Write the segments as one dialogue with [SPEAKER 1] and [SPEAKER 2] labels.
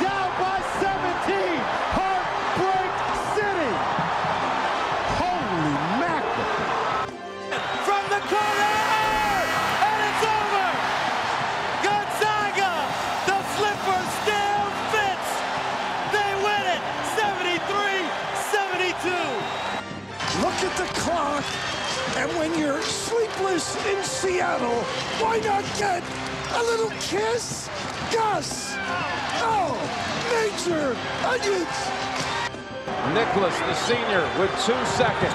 [SPEAKER 1] down by 17. Heartbreak City. Holy mackerel. From the corner, and it's over. Gonzaga, the slipper still fits. They win it 73 72.
[SPEAKER 2] Look at the clock, and when you're sleepless in Seattle, why not get a little kiss? Gus! Oh, Major Onions!
[SPEAKER 1] Nicholas, the senior, with two seconds.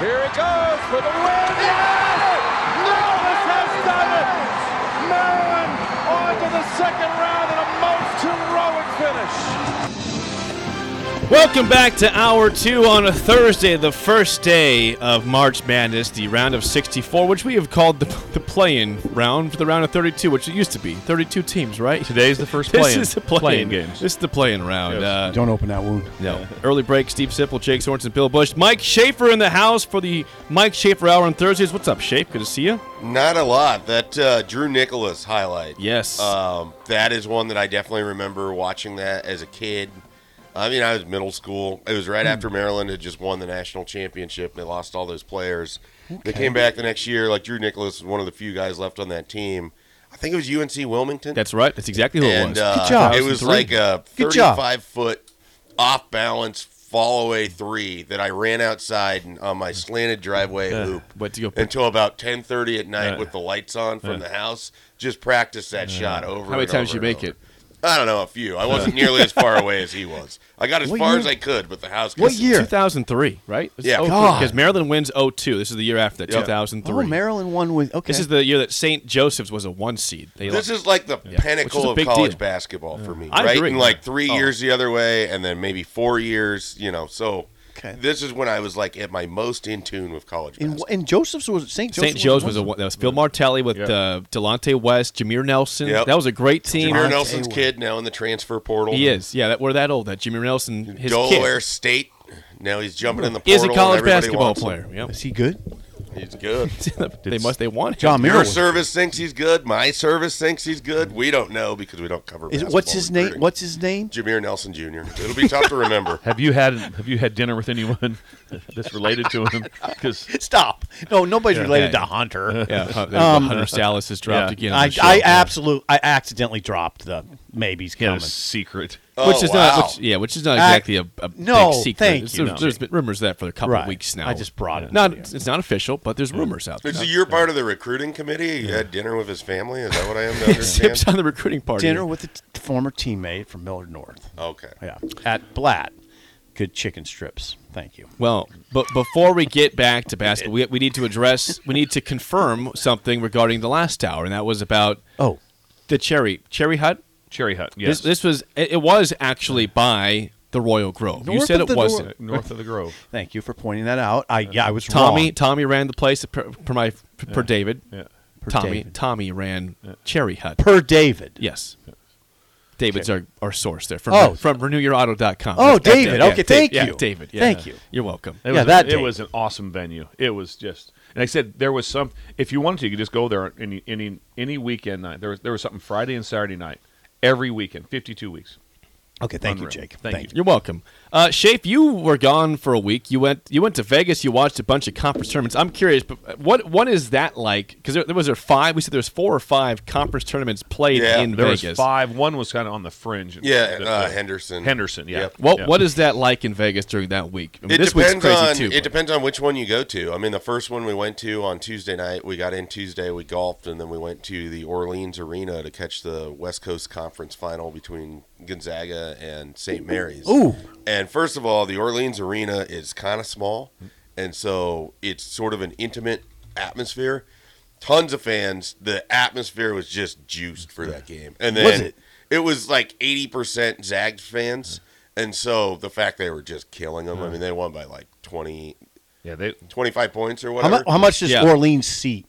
[SPEAKER 1] Here he goes for the win. Yes! Nicholas has done it. Maryland on to the second round in a most heroic finish.
[SPEAKER 3] Welcome back to hour two on a Thursday, the first day of March Madness, the round of 64, which we have called the, the play-in round, the round of 32, which it used to be 32 teams, right?
[SPEAKER 4] Today's the first
[SPEAKER 3] this
[SPEAKER 4] play-in-
[SPEAKER 3] is the play-in.
[SPEAKER 4] play-in games.
[SPEAKER 3] This is the play-in round.
[SPEAKER 4] Yes.
[SPEAKER 3] Uh,
[SPEAKER 2] Don't open that wound.
[SPEAKER 3] no. Early break. Steve Sipple, Jake Sorensen, Bill Bush, Mike Schaefer in the house for the Mike Schaefer Hour on Thursdays. What's up, Schaefer? Good to see you.
[SPEAKER 5] Not a lot. That uh, Drew Nicholas highlight.
[SPEAKER 3] Yes.
[SPEAKER 5] Um, that is one that I definitely remember watching that as a kid. I mean, I was middle school. It was right after Maryland had just won the national championship. They lost all those players. They came back the next year. Like Drew Nicholas was one of the few guys left on that team. I think it was UNC Wilmington.
[SPEAKER 3] That's right. That's exactly who it
[SPEAKER 5] and
[SPEAKER 3] was.
[SPEAKER 5] uh,
[SPEAKER 2] job.
[SPEAKER 5] it was like a
[SPEAKER 2] Good job.
[SPEAKER 5] 35 foot off balance fall away three that I ran outside and on my slanted driveway hoop
[SPEAKER 3] went to go pick-
[SPEAKER 5] until about 10:30 at night
[SPEAKER 3] Uh,
[SPEAKER 5] with the lights on from the house. Just practice that shot over.
[SPEAKER 3] How many
[SPEAKER 5] and
[SPEAKER 3] times
[SPEAKER 5] over
[SPEAKER 3] you
[SPEAKER 5] and
[SPEAKER 3] make
[SPEAKER 5] over.
[SPEAKER 3] it?
[SPEAKER 5] I don't know, a few. I wasn't nearly as far away as he was. I got as
[SPEAKER 2] What
[SPEAKER 5] far
[SPEAKER 2] year-
[SPEAKER 5] as I could, but the house.
[SPEAKER 2] What
[SPEAKER 5] got-
[SPEAKER 2] year?
[SPEAKER 3] 2003, right? This is
[SPEAKER 5] Yeah.
[SPEAKER 3] 03,
[SPEAKER 2] God.
[SPEAKER 3] Because Maryland wins 02. This is the year after that,
[SPEAKER 5] Yeah.
[SPEAKER 3] 2003.
[SPEAKER 2] Oh, Maryland won with. Okay.
[SPEAKER 3] This is the year that St. Joseph's was a one seed. They
[SPEAKER 5] This
[SPEAKER 3] lost-
[SPEAKER 5] is like the
[SPEAKER 3] Yeah. Which is
[SPEAKER 5] pinnacle
[SPEAKER 3] a
[SPEAKER 5] of
[SPEAKER 3] big
[SPEAKER 5] college
[SPEAKER 3] deal.
[SPEAKER 5] basketball for me,
[SPEAKER 3] I
[SPEAKER 5] right?
[SPEAKER 3] agree.
[SPEAKER 5] In like three
[SPEAKER 3] Oh.
[SPEAKER 5] years the other way, and then maybe four years, you know. So
[SPEAKER 2] Okay.
[SPEAKER 5] this is when I was like at my most in tune with college
[SPEAKER 2] and,
[SPEAKER 5] basketball.
[SPEAKER 2] and Joseph's was St. Joseph's.
[SPEAKER 3] St. Joe's was a one. That was Phil Martelli with
[SPEAKER 4] Yeah.
[SPEAKER 3] uh, Delonte West, Jameer Nelson.
[SPEAKER 5] Yep.
[SPEAKER 3] That was a great team.
[SPEAKER 5] Jameer
[SPEAKER 2] Monte
[SPEAKER 5] Nelson's
[SPEAKER 2] Wood.
[SPEAKER 5] kid now in the transfer portal.
[SPEAKER 3] He is. Yeah, that we're that old. That Jameer Nelson, his
[SPEAKER 5] Delaware
[SPEAKER 3] kid,
[SPEAKER 5] State. Now he's jumping in the portal.
[SPEAKER 3] is a
[SPEAKER 5] and
[SPEAKER 3] college
[SPEAKER 5] everybody
[SPEAKER 3] basketball
[SPEAKER 5] wants him.
[SPEAKER 3] player. Yep.
[SPEAKER 2] Is he good?
[SPEAKER 5] He's good.
[SPEAKER 3] they must. They want him.
[SPEAKER 2] John Merrill.
[SPEAKER 5] Your
[SPEAKER 2] was-
[SPEAKER 5] service thinks he's good. My service thinks he's good. We don't know because we don't cover.
[SPEAKER 2] Is,
[SPEAKER 5] basketball
[SPEAKER 2] what's his name?
[SPEAKER 5] recruiting.
[SPEAKER 2] What's his name?
[SPEAKER 5] Jameer Nelson Jr. It'll be tough to remember.
[SPEAKER 4] Have you had Have you had dinner with anyone that's related to him? Because
[SPEAKER 2] Stop. No, nobody's related
[SPEAKER 3] Yeah.
[SPEAKER 2] to Hunter.
[SPEAKER 3] Yeah, Hun- there's Hunter Salas has dropped
[SPEAKER 4] yeah.
[SPEAKER 3] again. on
[SPEAKER 6] I,
[SPEAKER 3] the show.
[SPEAKER 6] I absolutely, I accidentally dropped the maybe's
[SPEAKER 4] he had
[SPEAKER 6] coming.
[SPEAKER 4] a secret.
[SPEAKER 5] Oh,
[SPEAKER 3] which is
[SPEAKER 5] wow.
[SPEAKER 3] not, which, yeah, which is not exactly a, a
[SPEAKER 6] no,
[SPEAKER 3] big secret.
[SPEAKER 6] thank
[SPEAKER 3] It's-
[SPEAKER 6] you.
[SPEAKER 3] There's, there's been rumors of that for a couple of
[SPEAKER 6] Right.
[SPEAKER 3] weeks now.
[SPEAKER 6] I just brought it
[SPEAKER 3] Not,
[SPEAKER 6] up, yeah.
[SPEAKER 3] it's not official, but there's rumors out there.
[SPEAKER 5] So you're part of the recruiting committee. You had dinner with his family. Is that what I am to
[SPEAKER 3] Sips
[SPEAKER 5] understand?
[SPEAKER 3] on the recruiting party.
[SPEAKER 6] Dinner with a t- former teammate from Millard North.
[SPEAKER 5] Okay.
[SPEAKER 6] Yeah, at Blatt. Good chicken strips. Thank you.
[SPEAKER 3] Well, but before we get back to basketball, we, we need to address, we need to confirm something regarding the last hour, and that was about
[SPEAKER 6] Oh,
[SPEAKER 3] the cherry cherry hut.
[SPEAKER 4] Cherry Hut. Yes.
[SPEAKER 3] This, this was it, it was actually by the Royal Grove. you
[SPEAKER 2] North
[SPEAKER 3] said
[SPEAKER 2] of
[SPEAKER 3] it
[SPEAKER 2] the Nor-
[SPEAKER 3] wasn't.
[SPEAKER 4] Uh, north of the Grove.
[SPEAKER 6] thank you for pointing that out. I yeah, I was
[SPEAKER 3] Tommy
[SPEAKER 6] wrong.
[SPEAKER 3] Tommy ran the place per, per my per David.
[SPEAKER 4] Yeah.
[SPEAKER 3] Tommy
[SPEAKER 6] David.
[SPEAKER 3] Tommy ran Cherry Hut.
[SPEAKER 6] per David.
[SPEAKER 3] yes. David's our, our source there from
[SPEAKER 6] Oh.
[SPEAKER 3] from renewyourauto.com.
[SPEAKER 6] Oh,
[SPEAKER 3] That's- that's
[SPEAKER 6] David.
[SPEAKER 3] it. Yeah,
[SPEAKER 6] Okay,
[SPEAKER 3] Dave-
[SPEAKER 6] thank
[SPEAKER 3] yeah,
[SPEAKER 6] you.
[SPEAKER 3] David. Yeah.
[SPEAKER 6] Thank you.
[SPEAKER 3] You're welcome.
[SPEAKER 4] It
[SPEAKER 6] Yeah,
[SPEAKER 4] was,
[SPEAKER 6] that
[SPEAKER 4] it
[SPEAKER 6] day.
[SPEAKER 4] was an awesome venue. It was just, and like I said there was some. If you wanted to, you could just go there on any any any weekend night. There was there was something Friday and Saturday night every weekend, fifty two weeks.
[SPEAKER 6] Okay, thank
[SPEAKER 4] Unreal.
[SPEAKER 6] you, Jake.
[SPEAKER 4] Thank you.
[SPEAKER 3] You're welcome. Uh, Shafe, you were gone for a week. You went you went to Vegas. You watched a bunch of conference tournaments. I'm curious, but uh, what what is that like? Because there, there was there five. We said there was four or five conference tournaments played
[SPEAKER 5] Yeah,
[SPEAKER 3] in
[SPEAKER 4] There
[SPEAKER 3] Vegas.
[SPEAKER 4] was five. One was kind of on the fringe.
[SPEAKER 5] Yeah,
[SPEAKER 4] The-
[SPEAKER 5] uh,
[SPEAKER 4] the-
[SPEAKER 5] Henderson.
[SPEAKER 4] Henderson. Yeah.
[SPEAKER 5] Yep.
[SPEAKER 3] What
[SPEAKER 4] Yeah.
[SPEAKER 3] what is that like in Vegas during that week? I mean,
[SPEAKER 5] It
[SPEAKER 3] this
[SPEAKER 5] depends
[SPEAKER 3] week's crazy
[SPEAKER 5] on
[SPEAKER 3] too.
[SPEAKER 5] it
[SPEAKER 3] but-
[SPEAKER 5] depends on which one you go to. I mean, the first one we went to on Tuesday night, we got in Tuesday, we golfed, and then we went to the Orleans Arena to catch the West Coast Conference Final between Gonzaga and St. Mary's. Ooh! And first of all, the Orleans Arena is kind of small, and so it's sort of an intimate atmosphere. tons of fans. The atmosphere was just juiced for that game. And then
[SPEAKER 6] Was it?
[SPEAKER 5] it was like eighty percent Zags fans, and so the fact they were just killing them. I mean, they won by like 20,
[SPEAKER 4] Yeah, they
[SPEAKER 5] 25 points or
[SPEAKER 6] How,
[SPEAKER 5] whatever.
[SPEAKER 6] mu- how much does
[SPEAKER 3] Yeah.
[SPEAKER 6] Orleans seat?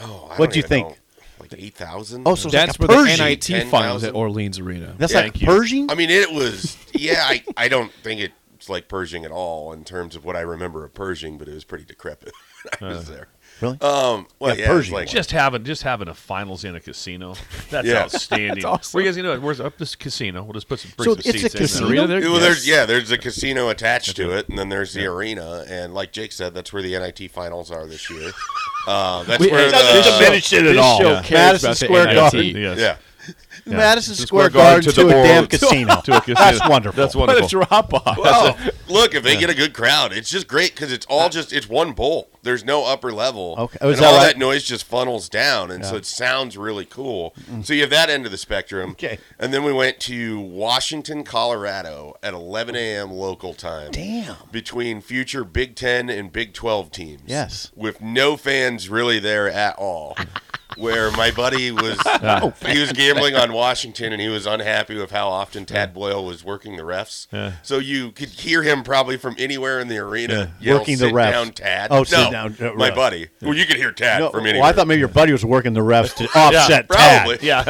[SPEAKER 5] Oh, I
[SPEAKER 6] What'd
[SPEAKER 5] don't
[SPEAKER 6] you
[SPEAKER 5] even
[SPEAKER 6] think?
[SPEAKER 5] know. Like eight thousand.
[SPEAKER 6] Oh, so it's
[SPEAKER 3] That's
[SPEAKER 6] like
[SPEAKER 3] where
[SPEAKER 6] a
[SPEAKER 3] the
[SPEAKER 6] Pershing.
[SPEAKER 3] NIT finals
[SPEAKER 5] 10,000.
[SPEAKER 3] at Orleans Arena.
[SPEAKER 6] That's
[SPEAKER 4] Yeah,
[SPEAKER 6] like
[SPEAKER 4] thank you.
[SPEAKER 6] Pershing.
[SPEAKER 5] I mean, it was. Yeah, I, I don't think it. It's like Pershing at all in terms of what I remember of Pershing, but it was pretty decrepit. when I was there.
[SPEAKER 6] Uh, really?
[SPEAKER 5] Um,
[SPEAKER 6] Yeah,
[SPEAKER 5] well, yeah, it was
[SPEAKER 6] Pershing
[SPEAKER 5] like
[SPEAKER 4] just having just having a finals in a casino. That's
[SPEAKER 5] Yeah.
[SPEAKER 4] outstanding.
[SPEAKER 3] That's awesome.
[SPEAKER 4] Where you guys gonna do it? Where's up this casino? We'll just put some bring
[SPEAKER 6] So
[SPEAKER 4] some
[SPEAKER 6] it's a
[SPEAKER 4] seats
[SPEAKER 6] casino?
[SPEAKER 4] in.
[SPEAKER 3] Arena there?
[SPEAKER 5] Well,
[SPEAKER 3] Yes.
[SPEAKER 5] there's yeah, there's a casino attached to it, and then there's the arena, and like Jake said, that's where the NIT finals are this year. Uh, that's
[SPEAKER 3] We-
[SPEAKER 5] where
[SPEAKER 3] it doesn't
[SPEAKER 5] the
[SPEAKER 3] diminish
[SPEAKER 6] it at
[SPEAKER 3] this
[SPEAKER 6] all.
[SPEAKER 3] show
[SPEAKER 6] Yeah.
[SPEAKER 3] cares
[SPEAKER 6] Madison
[SPEAKER 3] about the
[SPEAKER 6] Square
[SPEAKER 3] NIT.
[SPEAKER 6] Garden.
[SPEAKER 4] Yes.
[SPEAKER 5] yeah,
[SPEAKER 4] Yeah.
[SPEAKER 6] Madison
[SPEAKER 4] To
[SPEAKER 6] Square Garden to, a
[SPEAKER 4] Bowl,
[SPEAKER 6] damn casino.
[SPEAKER 4] to a casino.
[SPEAKER 6] That's wonderful.
[SPEAKER 4] That's
[SPEAKER 3] What a
[SPEAKER 4] wonderful.
[SPEAKER 3] drop off.
[SPEAKER 5] Well, look, if they get a good crowd, it's just great because it's all just it's one bowl. There's no upper level.
[SPEAKER 6] Okay. Oh, is
[SPEAKER 5] and
[SPEAKER 6] that
[SPEAKER 5] all
[SPEAKER 6] right?
[SPEAKER 5] that noise just funnels down, and so it sounds really cool. So you have that end of the spectrum.
[SPEAKER 6] Mm-hmm. Okay.
[SPEAKER 5] And then we went to Washington, Colorado, at 11 a.m. local time.
[SPEAKER 6] Damn.
[SPEAKER 5] Between future Big Ten and Big Twelve teams.
[SPEAKER 6] Yes.
[SPEAKER 5] With no fans really there at all. Where my buddy was, he was gambling on Washington, and he was unhappy with how often Tad Boyle was working the refs. So you could hear him probably from anywhere in the arena yell,
[SPEAKER 6] Working the
[SPEAKER 5] "Sit
[SPEAKER 6] refs."
[SPEAKER 5] Down, Tad.
[SPEAKER 6] Oh, sit
[SPEAKER 5] No,
[SPEAKER 6] down, uh,
[SPEAKER 5] my
[SPEAKER 6] refs.
[SPEAKER 5] buddy. Well, you could hear Tad
[SPEAKER 6] No,
[SPEAKER 5] from
[SPEAKER 6] Oh, well,
[SPEAKER 5] anywhere.
[SPEAKER 6] I thought maybe your buddy was working the refs to offset Tad.
[SPEAKER 5] probably.
[SPEAKER 4] Yeah.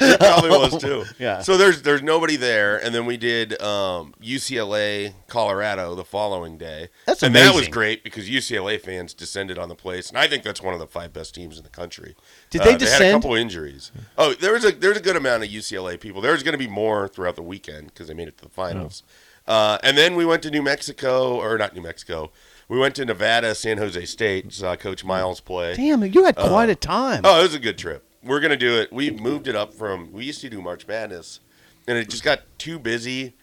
[SPEAKER 5] It probably was too.
[SPEAKER 6] Yeah.
[SPEAKER 5] So there's there's nobody there, and then we did um, UCLA, Colorado the following day.
[SPEAKER 6] That's
[SPEAKER 5] and that was
[SPEAKER 6] amazing.
[SPEAKER 5] great because UCLA fans descended on the place, and I think that's one of the five best teams in the country. Uh,
[SPEAKER 6] Did they
[SPEAKER 5] They had a
[SPEAKER 6] descend?
[SPEAKER 5] couple injuries. Oh, there was a there's a good amount of UCLA people. There's going to be more throughout the weekend because they made it to the finals. Uh, and then we went to New Mexico, or not New Mexico. We went to Nevada, San Jose State. Saw Coach Miles play.
[SPEAKER 6] Damn, you had quite a time.
[SPEAKER 5] Oh, it was a good trip. We're gonna do it. We moved it up from we used to do March Madness, and it just got too busy.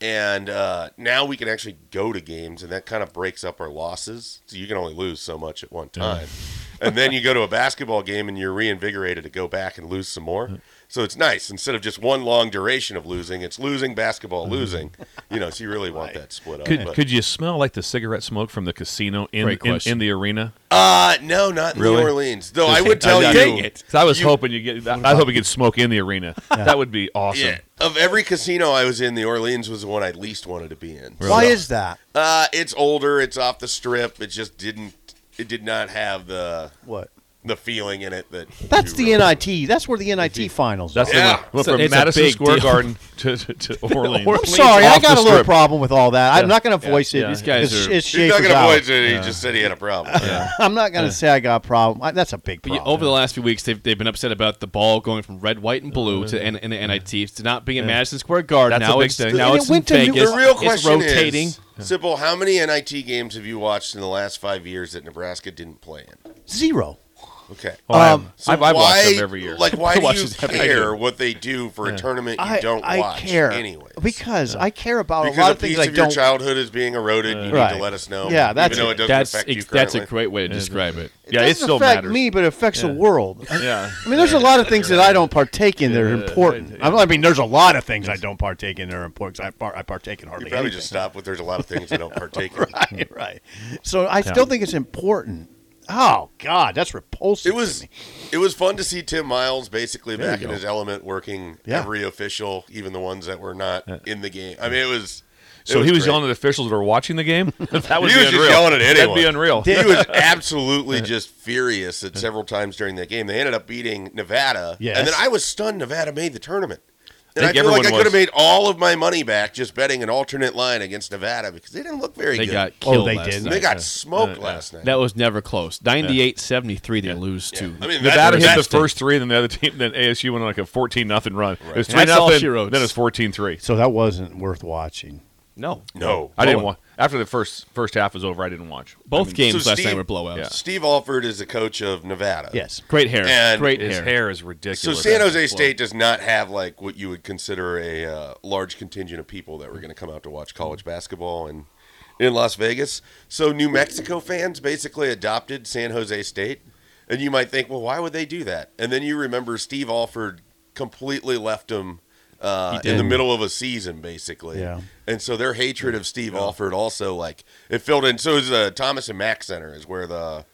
[SPEAKER 5] And uh, now we can actually go to games, and that kind of breaks up our losses. So you can only lose so much at one time, and then you go to a basketball game and you're reinvigorated to go back and lose some more. So it's nice instead of just one long duration of losing. It's losing basketball, losing. You know, so you really want that split up.
[SPEAKER 4] Mm-hmm. Could,
[SPEAKER 5] but-
[SPEAKER 4] could you smell like the cigarette smoke from the casino in
[SPEAKER 3] Great
[SPEAKER 4] in,
[SPEAKER 3] question.
[SPEAKER 4] in the arena?
[SPEAKER 5] uh, no, not in
[SPEAKER 4] Really?
[SPEAKER 5] New Orleans. Though I would tell you,
[SPEAKER 4] Dang it! 'Cause I was
[SPEAKER 5] you-
[SPEAKER 4] hoping you get. I, I hope you could smoke in the arena. That would be awesome.
[SPEAKER 5] Yeah. Of every casino I was in, the Orleans was the one I least wanted to be in.
[SPEAKER 6] Why is that?
[SPEAKER 5] Uh, it's older. It's off the strip. It just didn't. It did not have the
[SPEAKER 6] What?
[SPEAKER 5] the feeling in it that.
[SPEAKER 6] That's
[SPEAKER 5] you
[SPEAKER 6] the
[SPEAKER 5] really-
[SPEAKER 6] NIT. That's where the NIT finals.
[SPEAKER 4] That's
[SPEAKER 6] are.
[SPEAKER 5] Yeah.
[SPEAKER 4] the one. Went
[SPEAKER 3] So
[SPEAKER 4] from
[SPEAKER 3] it's a
[SPEAKER 4] Madison
[SPEAKER 3] big
[SPEAKER 4] Square
[SPEAKER 3] deal.
[SPEAKER 4] Garden to, to, to Orleans.
[SPEAKER 6] I'm sorry, I
[SPEAKER 4] Off
[SPEAKER 6] got a
[SPEAKER 4] the
[SPEAKER 6] little
[SPEAKER 4] strip.
[SPEAKER 6] problem with all that. I'm not going to voice it.
[SPEAKER 4] yeah.
[SPEAKER 3] These guys
[SPEAKER 6] It's-
[SPEAKER 3] are-
[SPEAKER 6] It's
[SPEAKER 5] He's not
[SPEAKER 6] Schaefer's
[SPEAKER 5] going to
[SPEAKER 6] out.
[SPEAKER 5] avoid it. He just said he had a problem. Yeah.
[SPEAKER 6] I'm not going to say I got a problem. I, that's a big
[SPEAKER 3] But you-
[SPEAKER 6] problem.
[SPEAKER 3] over the last few weeks, they've, they've been upset about the ball going from red, white, and blue to N- in the NIT to not being in Madison Square Garden.
[SPEAKER 4] That's a
[SPEAKER 3] now
[SPEAKER 4] big
[SPEAKER 3] it's
[SPEAKER 4] thing.
[SPEAKER 3] now
[SPEAKER 6] And
[SPEAKER 3] it's
[SPEAKER 6] it
[SPEAKER 3] in
[SPEAKER 6] went to New-
[SPEAKER 3] Vegas.
[SPEAKER 5] The real
[SPEAKER 3] it's
[SPEAKER 5] question
[SPEAKER 3] rotating.
[SPEAKER 5] is, Simple. How many NIT games have you watched in the last five years that Nebraska didn't play in?
[SPEAKER 6] Zero.
[SPEAKER 5] Okay.
[SPEAKER 4] Oh, I
[SPEAKER 6] Um,
[SPEAKER 4] have- I've, I've watched them every year.
[SPEAKER 5] Like,
[SPEAKER 3] I
[SPEAKER 5] why do
[SPEAKER 3] watch
[SPEAKER 5] you
[SPEAKER 3] this every
[SPEAKER 5] care what they do for a tournament you
[SPEAKER 6] I
[SPEAKER 5] don't
[SPEAKER 6] I
[SPEAKER 5] watch
[SPEAKER 6] care
[SPEAKER 5] anyway?
[SPEAKER 6] because I care about
[SPEAKER 5] because
[SPEAKER 6] a lot of
[SPEAKER 5] piece
[SPEAKER 6] things I
[SPEAKER 5] of your
[SPEAKER 6] don't.
[SPEAKER 5] childhood is being eroded. you need
[SPEAKER 6] Right.
[SPEAKER 5] to let us know.
[SPEAKER 6] Yeah, that's
[SPEAKER 5] even though
[SPEAKER 6] it.
[SPEAKER 5] it doesn't
[SPEAKER 3] That's
[SPEAKER 5] affect you
[SPEAKER 3] ex- that's a
[SPEAKER 5] currently.
[SPEAKER 3] great way to describe it.
[SPEAKER 6] It
[SPEAKER 4] Yeah, it
[SPEAKER 6] doesn't
[SPEAKER 4] still
[SPEAKER 6] affect
[SPEAKER 4] matters.
[SPEAKER 6] me, but it affects the world.
[SPEAKER 4] yeah.
[SPEAKER 6] I mean, there's a lot of things that I don't partake in that are important. I mean, I mean, there's a lot of things I don't partake in that are important 'cause I, par- I partake in
[SPEAKER 5] You
[SPEAKER 6] hardly
[SPEAKER 5] probably
[SPEAKER 6] anything.
[SPEAKER 5] just stop with. There's a lot of things I don't partake in.
[SPEAKER 6] right, right. So I still think it's important. Oh God, that's repulsive.
[SPEAKER 5] It was,
[SPEAKER 6] to me.
[SPEAKER 5] it was fun to see Tim Miles basically back
[SPEAKER 6] you
[SPEAKER 5] in
[SPEAKER 6] go.
[SPEAKER 5] his element, working
[SPEAKER 6] Yeah.
[SPEAKER 5] every official, even the ones that were not in the game. I mean, it was. it
[SPEAKER 4] So he was
[SPEAKER 5] great.
[SPEAKER 4] yelling at officials that were watching the game. that would
[SPEAKER 5] He
[SPEAKER 4] be
[SPEAKER 5] was just
[SPEAKER 4] unreal.
[SPEAKER 5] yelling at anyone.
[SPEAKER 4] That'd be unreal.
[SPEAKER 5] He was absolutely just furious at several times during that game. They ended up beating Nevada, and
[SPEAKER 6] Yes.
[SPEAKER 5] then I was stunned Nevada made the tournament. And
[SPEAKER 4] I
[SPEAKER 5] I,
[SPEAKER 4] think
[SPEAKER 5] feel like
[SPEAKER 4] everyone
[SPEAKER 5] I could have
[SPEAKER 4] was.
[SPEAKER 5] made all of my money back just betting an alternate line against Nevada because they didn't look very
[SPEAKER 3] They
[SPEAKER 5] good.
[SPEAKER 3] got
[SPEAKER 6] Oh,
[SPEAKER 3] killed.
[SPEAKER 6] they
[SPEAKER 3] last
[SPEAKER 6] did.
[SPEAKER 3] night.
[SPEAKER 5] they got smoked last night.
[SPEAKER 3] That was never close. 98-73 they lose to.
[SPEAKER 5] I mean,
[SPEAKER 4] Nevada
[SPEAKER 5] that,
[SPEAKER 4] hit the
[SPEAKER 5] that's
[SPEAKER 4] first three, then the other team, then ASU went on like a fourteen nothing run. It was three
[SPEAKER 3] That's all she
[SPEAKER 4] nothing,
[SPEAKER 3] wrote.
[SPEAKER 4] then it was 14-3.
[SPEAKER 6] So that wasn't worth watching.
[SPEAKER 3] no.
[SPEAKER 5] no.
[SPEAKER 4] I didn't
[SPEAKER 3] Blowout.
[SPEAKER 4] watch after the first first half was over. I didn't watch.
[SPEAKER 3] Both games
[SPEAKER 5] so
[SPEAKER 3] last night
[SPEAKER 5] Steve-
[SPEAKER 3] were blowouts.
[SPEAKER 4] Yeah.
[SPEAKER 5] Steve Alford is the coach of Nevada.
[SPEAKER 6] Yes.
[SPEAKER 3] Great hair.
[SPEAKER 5] And
[SPEAKER 3] Great
[SPEAKER 4] His
[SPEAKER 3] hair.
[SPEAKER 4] hair is ridiculous.
[SPEAKER 5] So San Jose State does not have like what you would consider a uh, large contingent of people that were going to come out to watch college basketball and in Las Vegas. So New Mexico fans basically adopted San Jose State, and you might think, well, why would they do that? And then you remember Steve Alford completely left them. Uh, in the middle of a season, basically,
[SPEAKER 6] Yeah.
[SPEAKER 5] and so their hatred of Steve uh, Alford also like it filled in. So is the Thomas and Mack Center is where the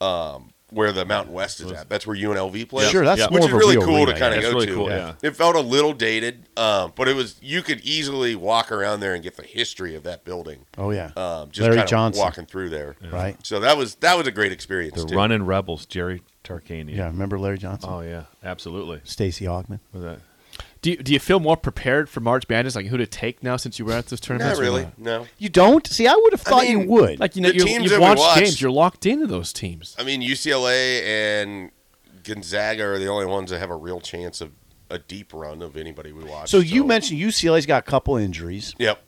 [SPEAKER 5] um, where the Mountain West is at. That's where UNLV plays.
[SPEAKER 6] Sure, that's
[SPEAKER 5] which
[SPEAKER 6] more
[SPEAKER 5] is
[SPEAKER 6] of a
[SPEAKER 5] really
[SPEAKER 6] real
[SPEAKER 5] cool
[SPEAKER 6] arena,
[SPEAKER 5] to kind
[SPEAKER 6] yeah.
[SPEAKER 5] of
[SPEAKER 4] That's
[SPEAKER 5] go
[SPEAKER 4] really
[SPEAKER 5] to.
[SPEAKER 4] cool, yeah.
[SPEAKER 5] It felt a little dated, um, but it was you could easily walk around there and get the history of that building.
[SPEAKER 6] Oh yeah,
[SPEAKER 5] Um, just
[SPEAKER 6] Larry
[SPEAKER 5] kind of
[SPEAKER 6] Johnson,
[SPEAKER 5] walking through there.
[SPEAKER 6] right?
[SPEAKER 5] So that was that was a great experience.
[SPEAKER 4] The
[SPEAKER 5] too.
[SPEAKER 4] running rebels, Jerry Tarkanian.
[SPEAKER 6] Yeah, remember Larry Johnson,
[SPEAKER 4] Oh yeah, absolutely.
[SPEAKER 6] Stacy Ogman.
[SPEAKER 4] Was that?
[SPEAKER 3] Do you, do you feel more prepared for March Madness, like who to take now since you were at this tournament?
[SPEAKER 5] Not really. No.
[SPEAKER 6] You don't see? I would have thought
[SPEAKER 5] mean,
[SPEAKER 6] you would.
[SPEAKER 3] Like you know,
[SPEAKER 5] The
[SPEAKER 3] you,
[SPEAKER 5] teams
[SPEAKER 3] you've
[SPEAKER 5] that we
[SPEAKER 3] watched,
[SPEAKER 5] watched-
[SPEAKER 3] games, you're locked into those teams.
[SPEAKER 5] I mean, UCLA and Gonzaga are the only ones that have a real chance of a deep run of anybody we watch.
[SPEAKER 6] so you mentioned UCLA's got a couple injuries,
[SPEAKER 5] Yep.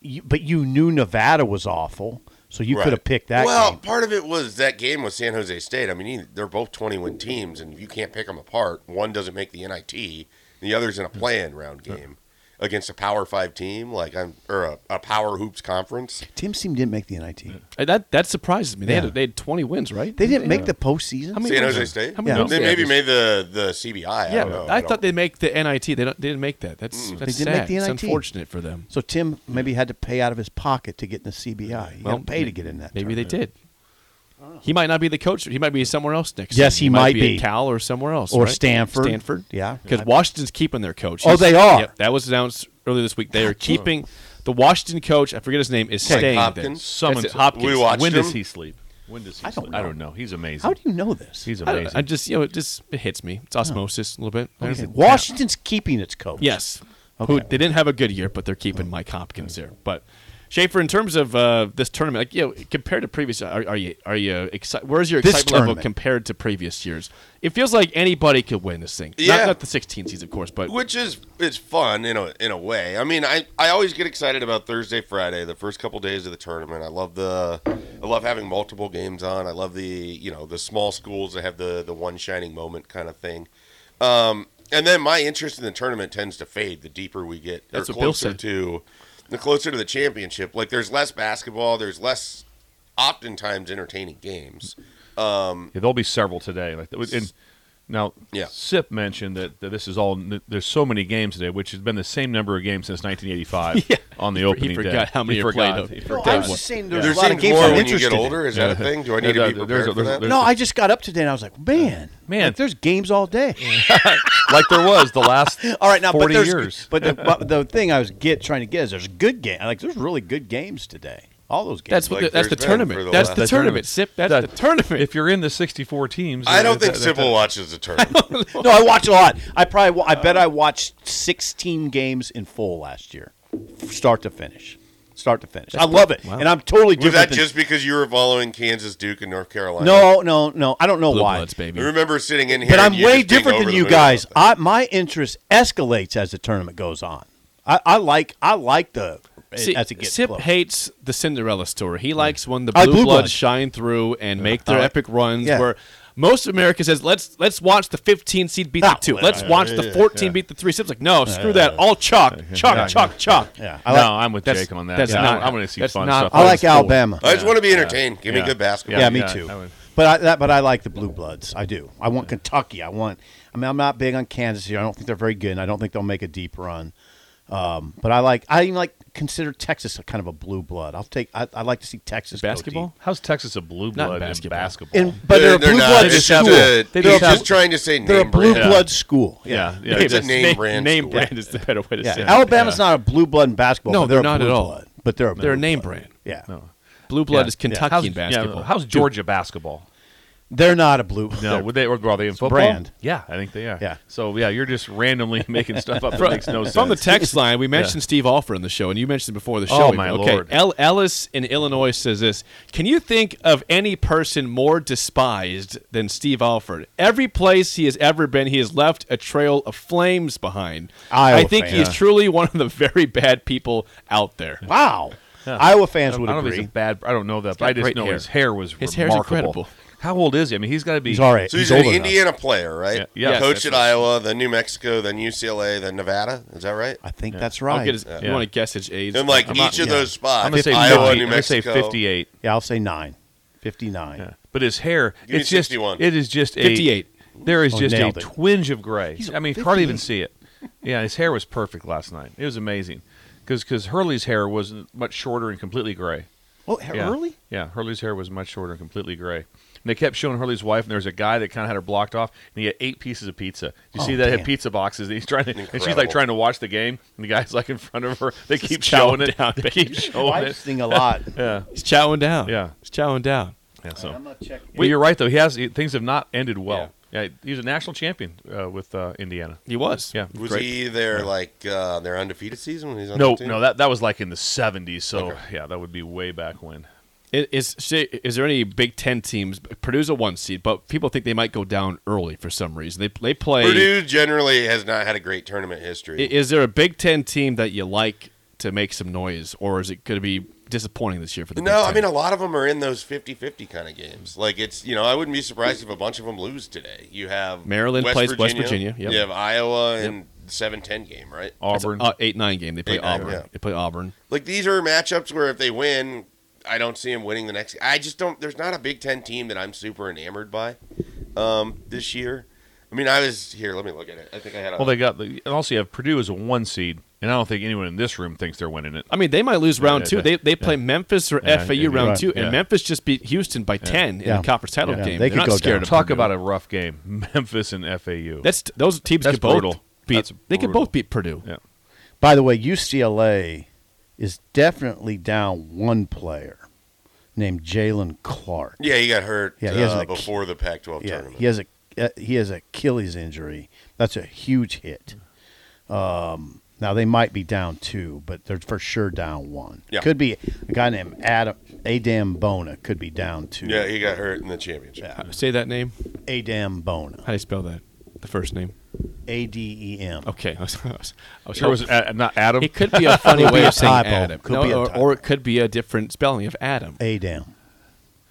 [SPEAKER 6] you, but you knew Nevada was awful, so you
[SPEAKER 5] Right.
[SPEAKER 6] could have picked that.
[SPEAKER 5] Well,
[SPEAKER 6] game.
[SPEAKER 5] part of it was that game with San Jose State. I mean, they're both 20 win teams, and if you can't pick them apart, one doesn't make the NIT, the other's in
[SPEAKER 3] Hmm.
[SPEAKER 5] a play in round game against a Power Five team, like I'm, or a, a Power Hoops conference.
[SPEAKER 6] Tim Seam didn't make the NIT.
[SPEAKER 3] Uh, That that surprises me. They
[SPEAKER 6] Yeah.
[SPEAKER 3] had they had 20 wins, right?
[SPEAKER 6] They didn't
[SPEAKER 3] Yeah.
[SPEAKER 6] make the postseason.
[SPEAKER 3] How many-
[SPEAKER 5] San
[SPEAKER 3] wins
[SPEAKER 5] Jose
[SPEAKER 3] are-
[SPEAKER 5] State?
[SPEAKER 3] how many
[SPEAKER 6] Yeah.
[SPEAKER 3] wins
[SPEAKER 5] They
[SPEAKER 3] they
[SPEAKER 5] maybe
[SPEAKER 3] have?
[SPEAKER 5] made the, the CBI. I
[SPEAKER 3] Yeah,
[SPEAKER 5] don't know.
[SPEAKER 3] I
[SPEAKER 5] don't-
[SPEAKER 3] thought they'd make the NIT. They don't. They didn't make that. That's that's
[SPEAKER 6] Mm. They
[SPEAKER 3] sad.
[SPEAKER 6] didn't make the
[SPEAKER 3] It's
[SPEAKER 6] NIT.
[SPEAKER 3] unfortunate for them.
[SPEAKER 6] so Tim maybe had to pay out of his pocket to get in the CBI. He
[SPEAKER 3] Well,
[SPEAKER 6] had to pay to get in that.
[SPEAKER 3] Maybe
[SPEAKER 6] tournament.
[SPEAKER 3] they did. He might not be the coach. He might be somewhere else next.
[SPEAKER 6] Yes,
[SPEAKER 3] season.
[SPEAKER 6] he might
[SPEAKER 3] be,
[SPEAKER 6] be.
[SPEAKER 3] at Cal or somewhere else,
[SPEAKER 6] Or
[SPEAKER 3] right?
[SPEAKER 6] Stanford.
[SPEAKER 3] Stanford,
[SPEAKER 6] Yeah.
[SPEAKER 3] because Washington's keeping their coach.
[SPEAKER 6] Oh, they are?
[SPEAKER 3] Yep, that was announced earlier this week. They are keeping the Washington coach. I forget his name. Is
[SPEAKER 5] Like
[SPEAKER 3] staying there.
[SPEAKER 5] Hopkins?
[SPEAKER 4] Someone
[SPEAKER 3] That's it, Hopkins.
[SPEAKER 5] We watched
[SPEAKER 4] When
[SPEAKER 5] him.
[SPEAKER 4] does he sleep? When does he
[SPEAKER 6] I don't
[SPEAKER 4] sleep? I
[SPEAKER 6] know.
[SPEAKER 4] don't know. He's amazing.
[SPEAKER 6] How do you know this?
[SPEAKER 4] He's
[SPEAKER 3] I,
[SPEAKER 4] amazing.
[SPEAKER 3] don't- I just you know it just it hits me. It's osmosis a little bit. I
[SPEAKER 6] Okay,
[SPEAKER 3] don't-
[SPEAKER 6] Washington's keeping its coach.
[SPEAKER 3] Yes. Who
[SPEAKER 6] Okay.
[SPEAKER 3] they didn't have a good year, but they're keeping Mike Hopkins there. But Schaefer, in terms of uh, this tournament, like you know, compared to previous, are, are you are you excited? Where's your
[SPEAKER 6] This
[SPEAKER 3] excitement level
[SPEAKER 6] tournament.
[SPEAKER 3] compared to previous years? It feels like anybody could win this thing. Not,
[SPEAKER 5] Yeah.
[SPEAKER 3] not the 16 seeds, of course, but
[SPEAKER 5] which is it's fun in a in a way. I mean, I I always get excited about Thursday, Friday, the first couple days of the tournament. I love the I love having multiple games on. I love the you know the small schools that have the the one shining moment kind of thing. Um, and then my interest in the tournament tends to fade the deeper we get or
[SPEAKER 3] That's what Bill
[SPEAKER 5] closer
[SPEAKER 3] said.
[SPEAKER 5] to the closer to the championship. Like there's less basketball. There's less oftentimes entertaining games.
[SPEAKER 4] Yeah, there'll be several today. Like that was- and now,
[SPEAKER 5] Yeah.
[SPEAKER 4] Sip mentioned that, that this is all. There's so many games today, which has been the same number of games since 1985 on the opening
[SPEAKER 3] forgot
[SPEAKER 4] day.
[SPEAKER 3] how many
[SPEAKER 4] he
[SPEAKER 3] are played
[SPEAKER 4] forgot.
[SPEAKER 3] up.
[SPEAKER 4] He
[SPEAKER 3] No,
[SPEAKER 4] forgot.
[SPEAKER 6] I was just saying there's
[SPEAKER 5] There
[SPEAKER 6] a lot of
[SPEAKER 5] seems
[SPEAKER 6] games
[SPEAKER 5] more
[SPEAKER 6] I'm
[SPEAKER 5] when you
[SPEAKER 6] interested
[SPEAKER 5] get
[SPEAKER 6] in.
[SPEAKER 5] older. Is that a thing? Do I need
[SPEAKER 4] Yeah,
[SPEAKER 5] to be
[SPEAKER 4] there's-
[SPEAKER 5] prepared for
[SPEAKER 4] there's-
[SPEAKER 5] that?
[SPEAKER 4] there's-
[SPEAKER 6] No, I just got up today and I was like, man,
[SPEAKER 4] Man.
[SPEAKER 6] like, there's games all day.
[SPEAKER 4] like there was the last
[SPEAKER 6] All right, now,
[SPEAKER 4] 40
[SPEAKER 6] but there's,
[SPEAKER 4] years.
[SPEAKER 6] but the, but the thing I was get trying to get is there's good game. Like there's really good games today. All those games.
[SPEAKER 3] that's what
[SPEAKER 5] like
[SPEAKER 3] the, that's
[SPEAKER 5] there's
[SPEAKER 3] the
[SPEAKER 5] been for
[SPEAKER 3] tournament.
[SPEAKER 5] the
[SPEAKER 3] that's
[SPEAKER 5] last-
[SPEAKER 3] the,
[SPEAKER 4] That
[SPEAKER 3] tournament.
[SPEAKER 4] tournament.
[SPEAKER 3] Sip, that's
[SPEAKER 4] That-
[SPEAKER 3] the tournament.
[SPEAKER 4] If you're in the 64 teams, uh,
[SPEAKER 5] I don't
[SPEAKER 4] that-
[SPEAKER 5] think
[SPEAKER 4] that-
[SPEAKER 5] Sybil
[SPEAKER 4] that-
[SPEAKER 5] watches the tournament.
[SPEAKER 6] no, I watch a lot. I probably wa- I bet I watched 16 games in full last year, f- start to finish. Start to finish. I love it, and I'm totally
[SPEAKER 5] Was
[SPEAKER 6] different.
[SPEAKER 5] that
[SPEAKER 6] than-
[SPEAKER 5] just because you were following Kansas, Duke, and North Carolina?
[SPEAKER 6] no, no, no. I don't know
[SPEAKER 3] Blue
[SPEAKER 6] why.
[SPEAKER 3] Bloods,
[SPEAKER 5] I
[SPEAKER 3] baby.
[SPEAKER 5] remember sitting in here.
[SPEAKER 6] But I'm
[SPEAKER 5] and you
[SPEAKER 6] way
[SPEAKER 5] just being
[SPEAKER 6] different
[SPEAKER 5] over
[SPEAKER 6] than
[SPEAKER 5] the
[SPEAKER 6] you
[SPEAKER 5] moon about
[SPEAKER 6] guys.
[SPEAKER 5] that.
[SPEAKER 6] I, my interest escalates as the tournament goes on. I, I like I like the
[SPEAKER 3] See,
[SPEAKER 6] as it gets
[SPEAKER 3] Sip
[SPEAKER 6] close.
[SPEAKER 3] hates the Cinderella story. He likes when the
[SPEAKER 6] I-
[SPEAKER 3] blue,
[SPEAKER 6] Blue
[SPEAKER 3] bloods
[SPEAKER 6] Blood.
[SPEAKER 3] shine through and make their
[SPEAKER 6] I like-
[SPEAKER 3] epic runs.
[SPEAKER 6] yeah.
[SPEAKER 3] Where most of America says, "Let's let's watch the 15 seed beat
[SPEAKER 6] Ah,
[SPEAKER 3] the two.
[SPEAKER 6] well,
[SPEAKER 3] Let's
[SPEAKER 6] yeah,
[SPEAKER 3] watch the 14 beat the three. Sip's like, "No, screw that. All chalk, chalk, chalk, chalk."
[SPEAKER 6] yeah, I
[SPEAKER 4] No,
[SPEAKER 6] like,
[SPEAKER 4] I'm with
[SPEAKER 3] That's-
[SPEAKER 4] Jake on that.
[SPEAKER 3] that's
[SPEAKER 4] yeah,
[SPEAKER 3] not-
[SPEAKER 4] I, want to see
[SPEAKER 3] that's
[SPEAKER 4] fun
[SPEAKER 3] not-
[SPEAKER 4] stuff.
[SPEAKER 6] I like
[SPEAKER 4] That's cool.
[SPEAKER 6] Alabama.
[SPEAKER 5] I just want to be entertained. Give
[SPEAKER 4] Yeah.
[SPEAKER 5] me good basketball.
[SPEAKER 6] Yeah,
[SPEAKER 4] Yeah,
[SPEAKER 6] me
[SPEAKER 4] yeah,
[SPEAKER 6] too.
[SPEAKER 4] I would-
[SPEAKER 6] but I that, but I like the Blue Bloods. I do. I want Kentucky. I want. I mean, I'm not big on Kansas here. I don't think they're very good, and I don't think they'll make a deep run. Um, but I like. I even like consider Texas a kind of a blue blood. I'll take. I, I like to see Texas go
[SPEAKER 3] Basketball?
[SPEAKER 4] How's Texas a blue
[SPEAKER 3] Not
[SPEAKER 4] blood
[SPEAKER 3] basketball.
[SPEAKER 4] in basketball?
[SPEAKER 6] deep. And, but they're, a blue blood
[SPEAKER 5] It's
[SPEAKER 6] school.
[SPEAKER 5] just a-
[SPEAKER 3] They
[SPEAKER 5] they're
[SPEAKER 3] just have-
[SPEAKER 5] just trying to say
[SPEAKER 6] they're a
[SPEAKER 5] name
[SPEAKER 6] blue
[SPEAKER 5] brand.
[SPEAKER 6] blood school.
[SPEAKER 4] yeah, yeah.
[SPEAKER 5] Yeah, it's a name
[SPEAKER 3] Name-
[SPEAKER 5] brand.
[SPEAKER 3] name
[SPEAKER 5] school.
[SPEAKER 3] brand is the better way to
[SPEAKER 6] Yeah.
[SPEAKER 3] say it.
[SPEAKER 6] Alabama's not a blue blood in basketball.
[SPEAKER 3] No,
[SPEAKER 6] but they're,
[SPEAKER 3] they're
[SPEAKER 6] a
[SPEAKER 3] not
[SPEAKER 6] blue
[SPEAKER 3] at all.
[SPEAKER 6] Blood, but they're a
[SPEAKER 3] They're a
[SPEAKER 6] blue
[SPEAKER 3] name
[SPEAKER 6] blood.
[SPEAKER 3] brand.
[SPEAKER 6] Yeah.
[SPEAKER 3] Blue blood
[SPEAKER 4] Yeah.
[SPEAKER 3] is Kentucky
[SPEAKER 4] How's-
[SPEAKER 3] in
[SPEAKER 4] yeah,
[SPEAKER 3] basketball.
[SPEAKER 4] how's Georgia basketball?
[SPEAKER 6] They're not a blue.
[SPEAKER 4] No, would they or are they in football?
[SPEAKER 6] brand.
[SPEAKER 4] Yeah, I think they are.
[SPEAKER 6] Yeah.
[SPEAKER 4] So yeah, you're just randomly making stuff up that makes no sense.
[SPEAKER 3] From the text line, we mentioned Steve Offer in the show, and you mentioned before the show.
[SPEAKER 4] Oh, my
[SPEAKER 3] okay,
[SPEAKER 4] Lord.
[SPEAKER 3] El- Ellis in Illinois says this: Can you think of any person more despised than Steve Alford? Every place he has ever been, he has left a trail of flames behind.
[SPEAKER 6] Iowa
[SPEAKER 3] I think he is
[SPEAKER 6] fan.
[SPEAKER 3] truly one of the very bad people out there.
[SPEAKER 6] Wow. Iowa fans
[SPEAKER 4] I
[SPEAKER 6] would
[SPEAKER 4] don't know if
[SPEAKER 6] agree.
[SPEAKER 4] he's a bad. I don't know that. But
[SPEAKER 3] got
[SPEAKER 4] I just
[SPEAKER 3] great
[SPEAKER 4] know
[SPEAKER 3] hair.
[SPEAKER 4] his hair was
[SPEAKER 3] His hair's
[SPEAKER 4] remarkable.
[SPEAKER 3] incredible.
[SPEAKER 4] How old is he? I mean, he's got to be.
[SPEAKER 6] He's all right.
[SPEAKER 5] So
[SPEAKER 6] he's
[SPEAKER 5] he's,
[SPEAKER 6] older
[SPEAKER 5] an
[SPEAKER 6] enough.
[SPEAKER 5] Indiana player, right?
[SPEAKER 4] Yeah. Yes,
[SPEAKER 5] Coach
[SPEAKER 3] that's
[SPEAKER 5] at
[SPEAKER 3] right.
[SPEAKER 5] Iowa, then New Mexico, then UCLA, then Nevada. Is that right?
[SPEAKER 6] I think that's
[SPEAKER 3] I'll
[SPEAKER 6] right.
[SPEAKER 3] get his, You
[SPEAKER 4] Yeah.
[SPEAKER 3] want to guess his age?
[SPEAKER 5] And like each
[SPEAKER 3] I'm not-
[SPEAKER 5] of
[SPEAKER 6] yeah.
[SPEAKER 5] those spots,
[SPEAKER 4] I'm gonna say
[SPEAKER 5] Iowa,
[SPEAKER 4] 50.
[SPEAKER 5] New
[SPEAKER 4] I'm gonna say
[SPEAKER 5] Mexico.
[SPEAKER 4] 58.
[SPEAKER 6] yeah, I'll say nine. 59.
[SPEAKER 4] Yeah. But his hair,
[SPEAKER 5] Give me
[SPEAKER 4] it's just
[SPEAKER 5] 61.
[SPEAKER 4] it is just a,
[SPEAKER 3] 58.
[SPEAKER 4] There is
[SPEAKER 6] Oh,
[SPEAKER 4] just a
[SPEAKER 6] nailed it.
[SPEAKER 4] twinge of gray. I mean, hardly even see it. Yeah, his hair was perfect last night. It was amazing, because Hurley's hair was much shorter and completely gray.
[SPEAKER 6] Oh, Hur-
[SPEAKER 4] Yeah.
[SPEAKER 6] Hurley?
[SPEAKER 4] Yeah, Hurley's hair was much shorter and completely gray. And they kept showing Hurley's wife, and there was a guy that kind of had her blocked off, and he had eight pieces of pizza. You
[SPEAKER 6] Oh,
[SPEAKER 4] see that had pizza boxes, and he's trying to, and she's like
[SPEAKER 5] Incredible.
[SPEAKER 4] trying to watch the game, and the guy's like in front of her. They keep
[SPEAKER 3] chowing
[SPEAKER 4] showing it.
[SPEAKER 3] down,
[SPEAKER 4] they keep showing
[SPEAKER 6] Wives
[SPEAKER 4] it.
[SPEAKER 6] sing a lot.
[SPEAKER 4] Yeah,
[SPEAKER 3] He's chowing down.
[SPEAKER 4] Yeah.
[SPEAKER 3] He's chowing down.
[SPEAKER 4] yeah. So,
[SPEAKER 6] not checking.
[SPEAKER 4] well, you're right though. He has he, things have not ended well. Yeah, he was a national champion uh, with uh, Indiana.
[SPEAKER 3] He was.
[SPEAKER 4] Yeah,
[SPEAKER 5] Was he there like uh, their undefeated season when he's on
[SPEAKER 4] No,
[SPEAKER 5] the team?
[SPEAKER 4] no, that that was like in the '70s. So yeah, that would be way back when.
[SPEAKER 3] I- Is, say- is there any Big Ten teams? Purdue's a one seed, but people think they might go down early for some reason. They they play.
[SPEAKER 5] Purdue generally has not had a great tournament history.
[SPEAKER 3] I- Is there a Big Ten team that you like to make some noise, or is it going to be disappointing this year for the Big
[SPEAKER 5] no, I
[SPEAKER 3] Ten?
[SPEAKER 5] mean a lot of them are in those 50-50 kind of games. Like it's you know I wouldn't be surprised if a bunch of them lose today. You have
[SPEAKER 3] Maryland
[SPEAKER 5] West
[SPEAKER 3] plays
[SPEAKER 5] Virginia,
[SPEAKER 3] West Virginia, yep.
[SPEAKER 5] You have Iowa and seven ten game right.
[SPEAKER 4] Auburn.
[SPEAKER 3] uh, eight nine game. They play
[SPEAKER 5] 8-9,
[SPEAKER 3] Auburn.
[SPEAKER 5] yeah.
[SPEAKER 3] They play Auburn.
[SPEAKER 5] Like these are matchups where if they win, I don't see them winning the next. I just don't. There's not a Big Ten team that I'm super enamored by um, this year. I mean, I was here. Let me look at it. I think I had. A,
[SPEAKER 4] well, they got the, and also you have Purdue as a one seed, and I don't think anyone in this room thinks they're winning it.
[SPEAKER 3] I mean, they might lose round
[SPEAKER 4] yeah,
[SPEAKER 3] two.
[SPEAKER 4] yeah.
[SPEAKER 3] They they play Memphis or
[SPEAKER 4] Yeah,
[SPEAKER 3] FAU
[SPEAKER 4] you're
[SPEAKER 3] round
[SPEAKER 6] right.
[SPEAKER 3] two, and
[SPEAKER 4] Yeah.
[SPEAKER 3] Memphis just beat Houston by ten in
[SPEAKER 6] Yeah.
[SPEAKER 3] the conference title
[SPEAKER 6] Yeah.
[SPEAKER 3] game.
[SPEAKER 6] They
[SPEAKER 3] They're
[SPEAKER 6] could
[SPEAKER 3] not
[SPEAKER 6] go
[SPEAKER 3] scared
[SPEAKER 6] down.
[SPEAKER 3] of
[SPEAKER 4] Talk
[SPEAKER 3] Purdue.
[SPEAKER 4] about a rough game, Memphis and FAU.
[SPEAKER 3] That's those teams
[SPEAKER 4] That's
[SPEAKER 3] could both
[SPEAKER 4] brutal.
[SPEAKER 3] beat.
[SPEAKER 4] That's
[SPEAKER 3] They could
[SPEAKER 4] brutal.
[SPEAKER 3] both beat Purdue.
[SPEAKER 4] yeah.
[SPEAKER 6] By the way, UCLA is definitely down one player named Jalen Clark.
[SPEAKER 5] yeah, he got hurt
[SPEAKER 6] Yeah, he has
[SPEAKER 5] uh,
[SPEAKER 6] an Ach-
[SPEAKER 5] before the Pac-12
[SPEAKER 6] Yeah,
[SPEAKER 5] tournament.
[SPEAKER 6] he has a uh, he has Achilles injury. That's a huge hit. Um, now they might be down two, but they're for sure down one.
[SPEAKER 5] Yeah.
[SPEAKER 6] Could be a guy named Adam Adam Bona could be down two.
[SPEAKER 5] yeah, he got hurt in the championship.
[SPEAKER 3] Uh, Say that name.
[SPEAKER 6] Adam Bona.
[SPEAKER 3] How do you spell that? The first name.
[SPEAKER 6] A D E M.
[SPEAKER 3] Okay. I was, I was, I was
[SPEAKER 4] Sure was a, not Adam.
[SPEAKER 3] It could be a funny
[SPEAKER 6] Could be
[SPEAKER 3] way
[SPEAKER 6] a
[SPEAKER 3] of saying
[SPEAKER 6] typo.
[SPEAKER 3] Adam.
[SPEAKER 6] Could be a
[SPEAKER 3] or,
[SPEAKER 6] typo.
[SPEAKER 3] or it could be a different spelling of Adam.
[SPEAKER 6] Adam.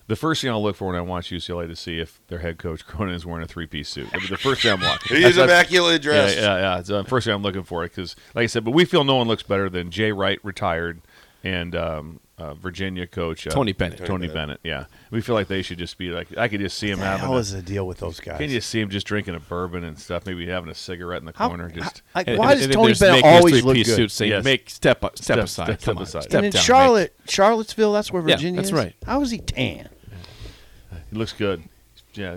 [SPEAKER 4] The first thing I'll look for when I watch UCLA to see if their head coach Cronin is wearing a three-piece suit. That'd be the first thing I'm watching.
[SPEAKER 5] He is
[SPEAKER 4] That's-
[SPEAKER 5] immaculately
[SPEAKER 4] Yeah,
[SPEAKER 5] dressed.
[SPEAKER 4] yeah, yeah. It's the first thing I'm looking for because, like I said, but we feel no one looks better than Jay Wright, retired, and um, uh, Virginia coach uh,
[SPEAKER 3] Tony Bennett.
[SPEAKER 4] Tony, Bennett. Yeah, we feel like they should just be like I could just see him having.
[SPEAKER 6] How
[SPEAKER 4] a-
[SPEAKER 6] is the deal with those guys?
[SPEAKER 4] Can you see him just drinking a bourbon and stuff? Maybe having a cigarette in the corner. Just
[SPEAKER 6] Like,
[SPEAKER 3] And-
[SPEAKER 6] why
[SPEAKER 3] and-
[SPEAKER 6] does
[SPEAKER 3] and
[SPEAKER 6] Tony
[SPEAKER 3] there's
[SPEAKER 6] Bennett
[SPEAKER 3] make his
[SPEAKER 6] always look
[SPEAKER 3] three-piece
[SPEAKER 6] good?
[SPEAKER 3] Suit saying,
[SPEAKER 4] Yes.
[SPEAKER 3] make step up, step,
[SPEAKER 4] Step-
[SPEAKER 3] aside,
[SPEAKER 4] step-
[SPEAKER 3] come
[SPEAKER 4] step
[SPEAKER 3] on,
[SPEAKER 4] aside.
[SPEAKER 3] step
[SPEAKER 6] And in
[SPEAKER 3] down,
[SPEAKER 6] Charlotte, Charlottesville, that's where
[SPEAKER 3] Yeah,
[SPEAKER 6] Virginia
[SPEAKER 3] that's
[SPEAKER 6] is.
[SPEAKER 3] right.
[SPEAKER 6] How is he tan?
[SPEAKER 4] he looks good. Yeah,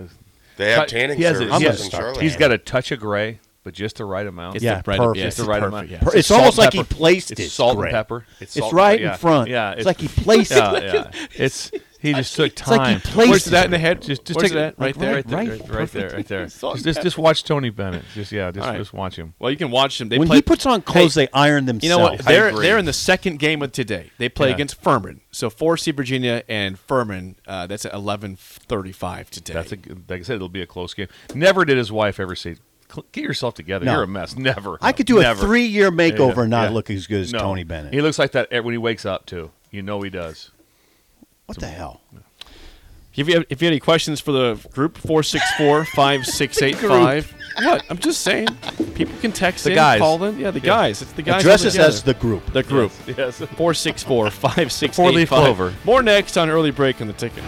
[SPEAKER 5] They have
[SPEAKER 4] Cut-
[SPEAKER 5] tanning
[SPEAKER 4] he has a-
[SPEAKER 5] services
[SPEAKER 4] he has-
[SPEAKER 5] in Charlotte.
[SPEAKER 4] he's got a touch of gray, but just the right amount.
[SPEAKER 3] It's
[SPEAKER 6] Yeah,
[SPEAKER 3] the right,
[SPEAKER 6] perfect.
[SPEAKER 3] yeah,
[SPEAKER 6] It's
[SPEAKER 4] the
[SPEAKER 3] it's
[SPEAKER 4] right
[SPEAKER 3] perfect,
[SPEAKER 4] amount.
[SPEAKER 3] yeah.
[SPEAKER 6] Per- It's almost like he
[SPEAKER 4] pepper.
[SPEAKER 6] placed
[SPEAKER 4] It's
[SPEAKER 6] it.
[SPEAKER 4] salt
[SPEAKER 6] Gray.
[SPEAKER 4] and pepper. It's,
[SPEAKER 6] It's
[SPEAKER 4] salt
[SPEAKER 6] right
[SPEAKER 4] and, pe-
[SPEAKER 6] in
[SPEAKER 4] yeah.
[SPEAKER 6] front.
[SPEAKER 4] Yeah,
[SPEAKER 6] It's like he placed
[SPEAKER 4] yeah,
[SPEAKER 6] it.
[SPEAKER 4] Yeah, It's he just took
[SPEAKER 6] like he
[SPEAKER 4] time.
[SPEAKER 6] placed
[SPEAKER 3] Where's that in the head?
[SPEAKER 4] Just, just
[SPEAKER 3] Where's
[SPEAKER 4] take that
[SPEAKER 3] that?
[SPEAKER 4] right
[SPEAKER 3] Like,
[SPEAKER 4] there, right
[SPEAKER 6] right,
[SPEAKER 4] there,
[SPEAKER 6] right,
[SPEAKER 4] right, right there, right there.
[SPEAKER 3] Salt and
[SPEAKER 4] Just, just, just watch Tony Bennett. Just yeah, just,
[SPEAKER 3] All right.
[SPEAKER 4] just watch him.
[SPEAKER 3] Well, you can watch him. They
[SPEAKER 6] when
[SPEAKER 3] play,
[SPEAKER 6] he puts on clothes,
[SPEAKER 3] Hey,
[SPEAKER 6] they iron themselves.
[SPEAKER 3] you know what?
[SPEAKER 4] I
[SPEAKER 3] They're
[SPEAKER 4] agree.
[SPEAKER 3] they're in the second game of today. They play
[SPEAKER 4] Yeah.
[SPEAKER 3] against Furman. So four C Virginia and Furman. Uh, that's at eleven thirty-five today.
[SPEAKER 4] That's a, good- like I said, it'll be a close game. Never did his wife ever say, "Cl- "Get yourself together.
[SPEAKER 6] No.
[SPEAKER 4] You're a mess." Never.
[SPEAKER 6] I could do
[SPEAKER 4] Never.
[SPEAKER 6] a three-year makeover
[SPEAKER 4] Yeah,
[SPEAKER 6] and not
[SPEAKER 4] yeah.
[SPEAKER 6] look as good as
[SPEAKER 4] No.
[SPEAKER 6] Tony Bennett.
[SPEAKER 4] He looks like that e, when he wakes up too. You know he does.
[SPEAKER 6] what the hell?
[SPEAKER 3] If you have, if you have any questions for the group, 464-5685. what? I'm just saying. People can text
[SPEAKER 4] The
[SPEAKER 3] in,
[SPEAKER 4] guys.
[SPEAKER 3] call in. Yeah, the guys. It's the guys.
[SPEAKER 6] Address
[SPEAKER 3] all
[SPEAKER 6] us as the
[SPEAKER 3] together.
[SPEAKER 6] group.
[SPEAKER 3] the group.
[SPEAKER 4] Yes.
[SPEAKER 3] 464 5685.
[SPEAKER 4] Four-leaf clover.
[SPEAKER 3] More next on Early Break on the Ticket.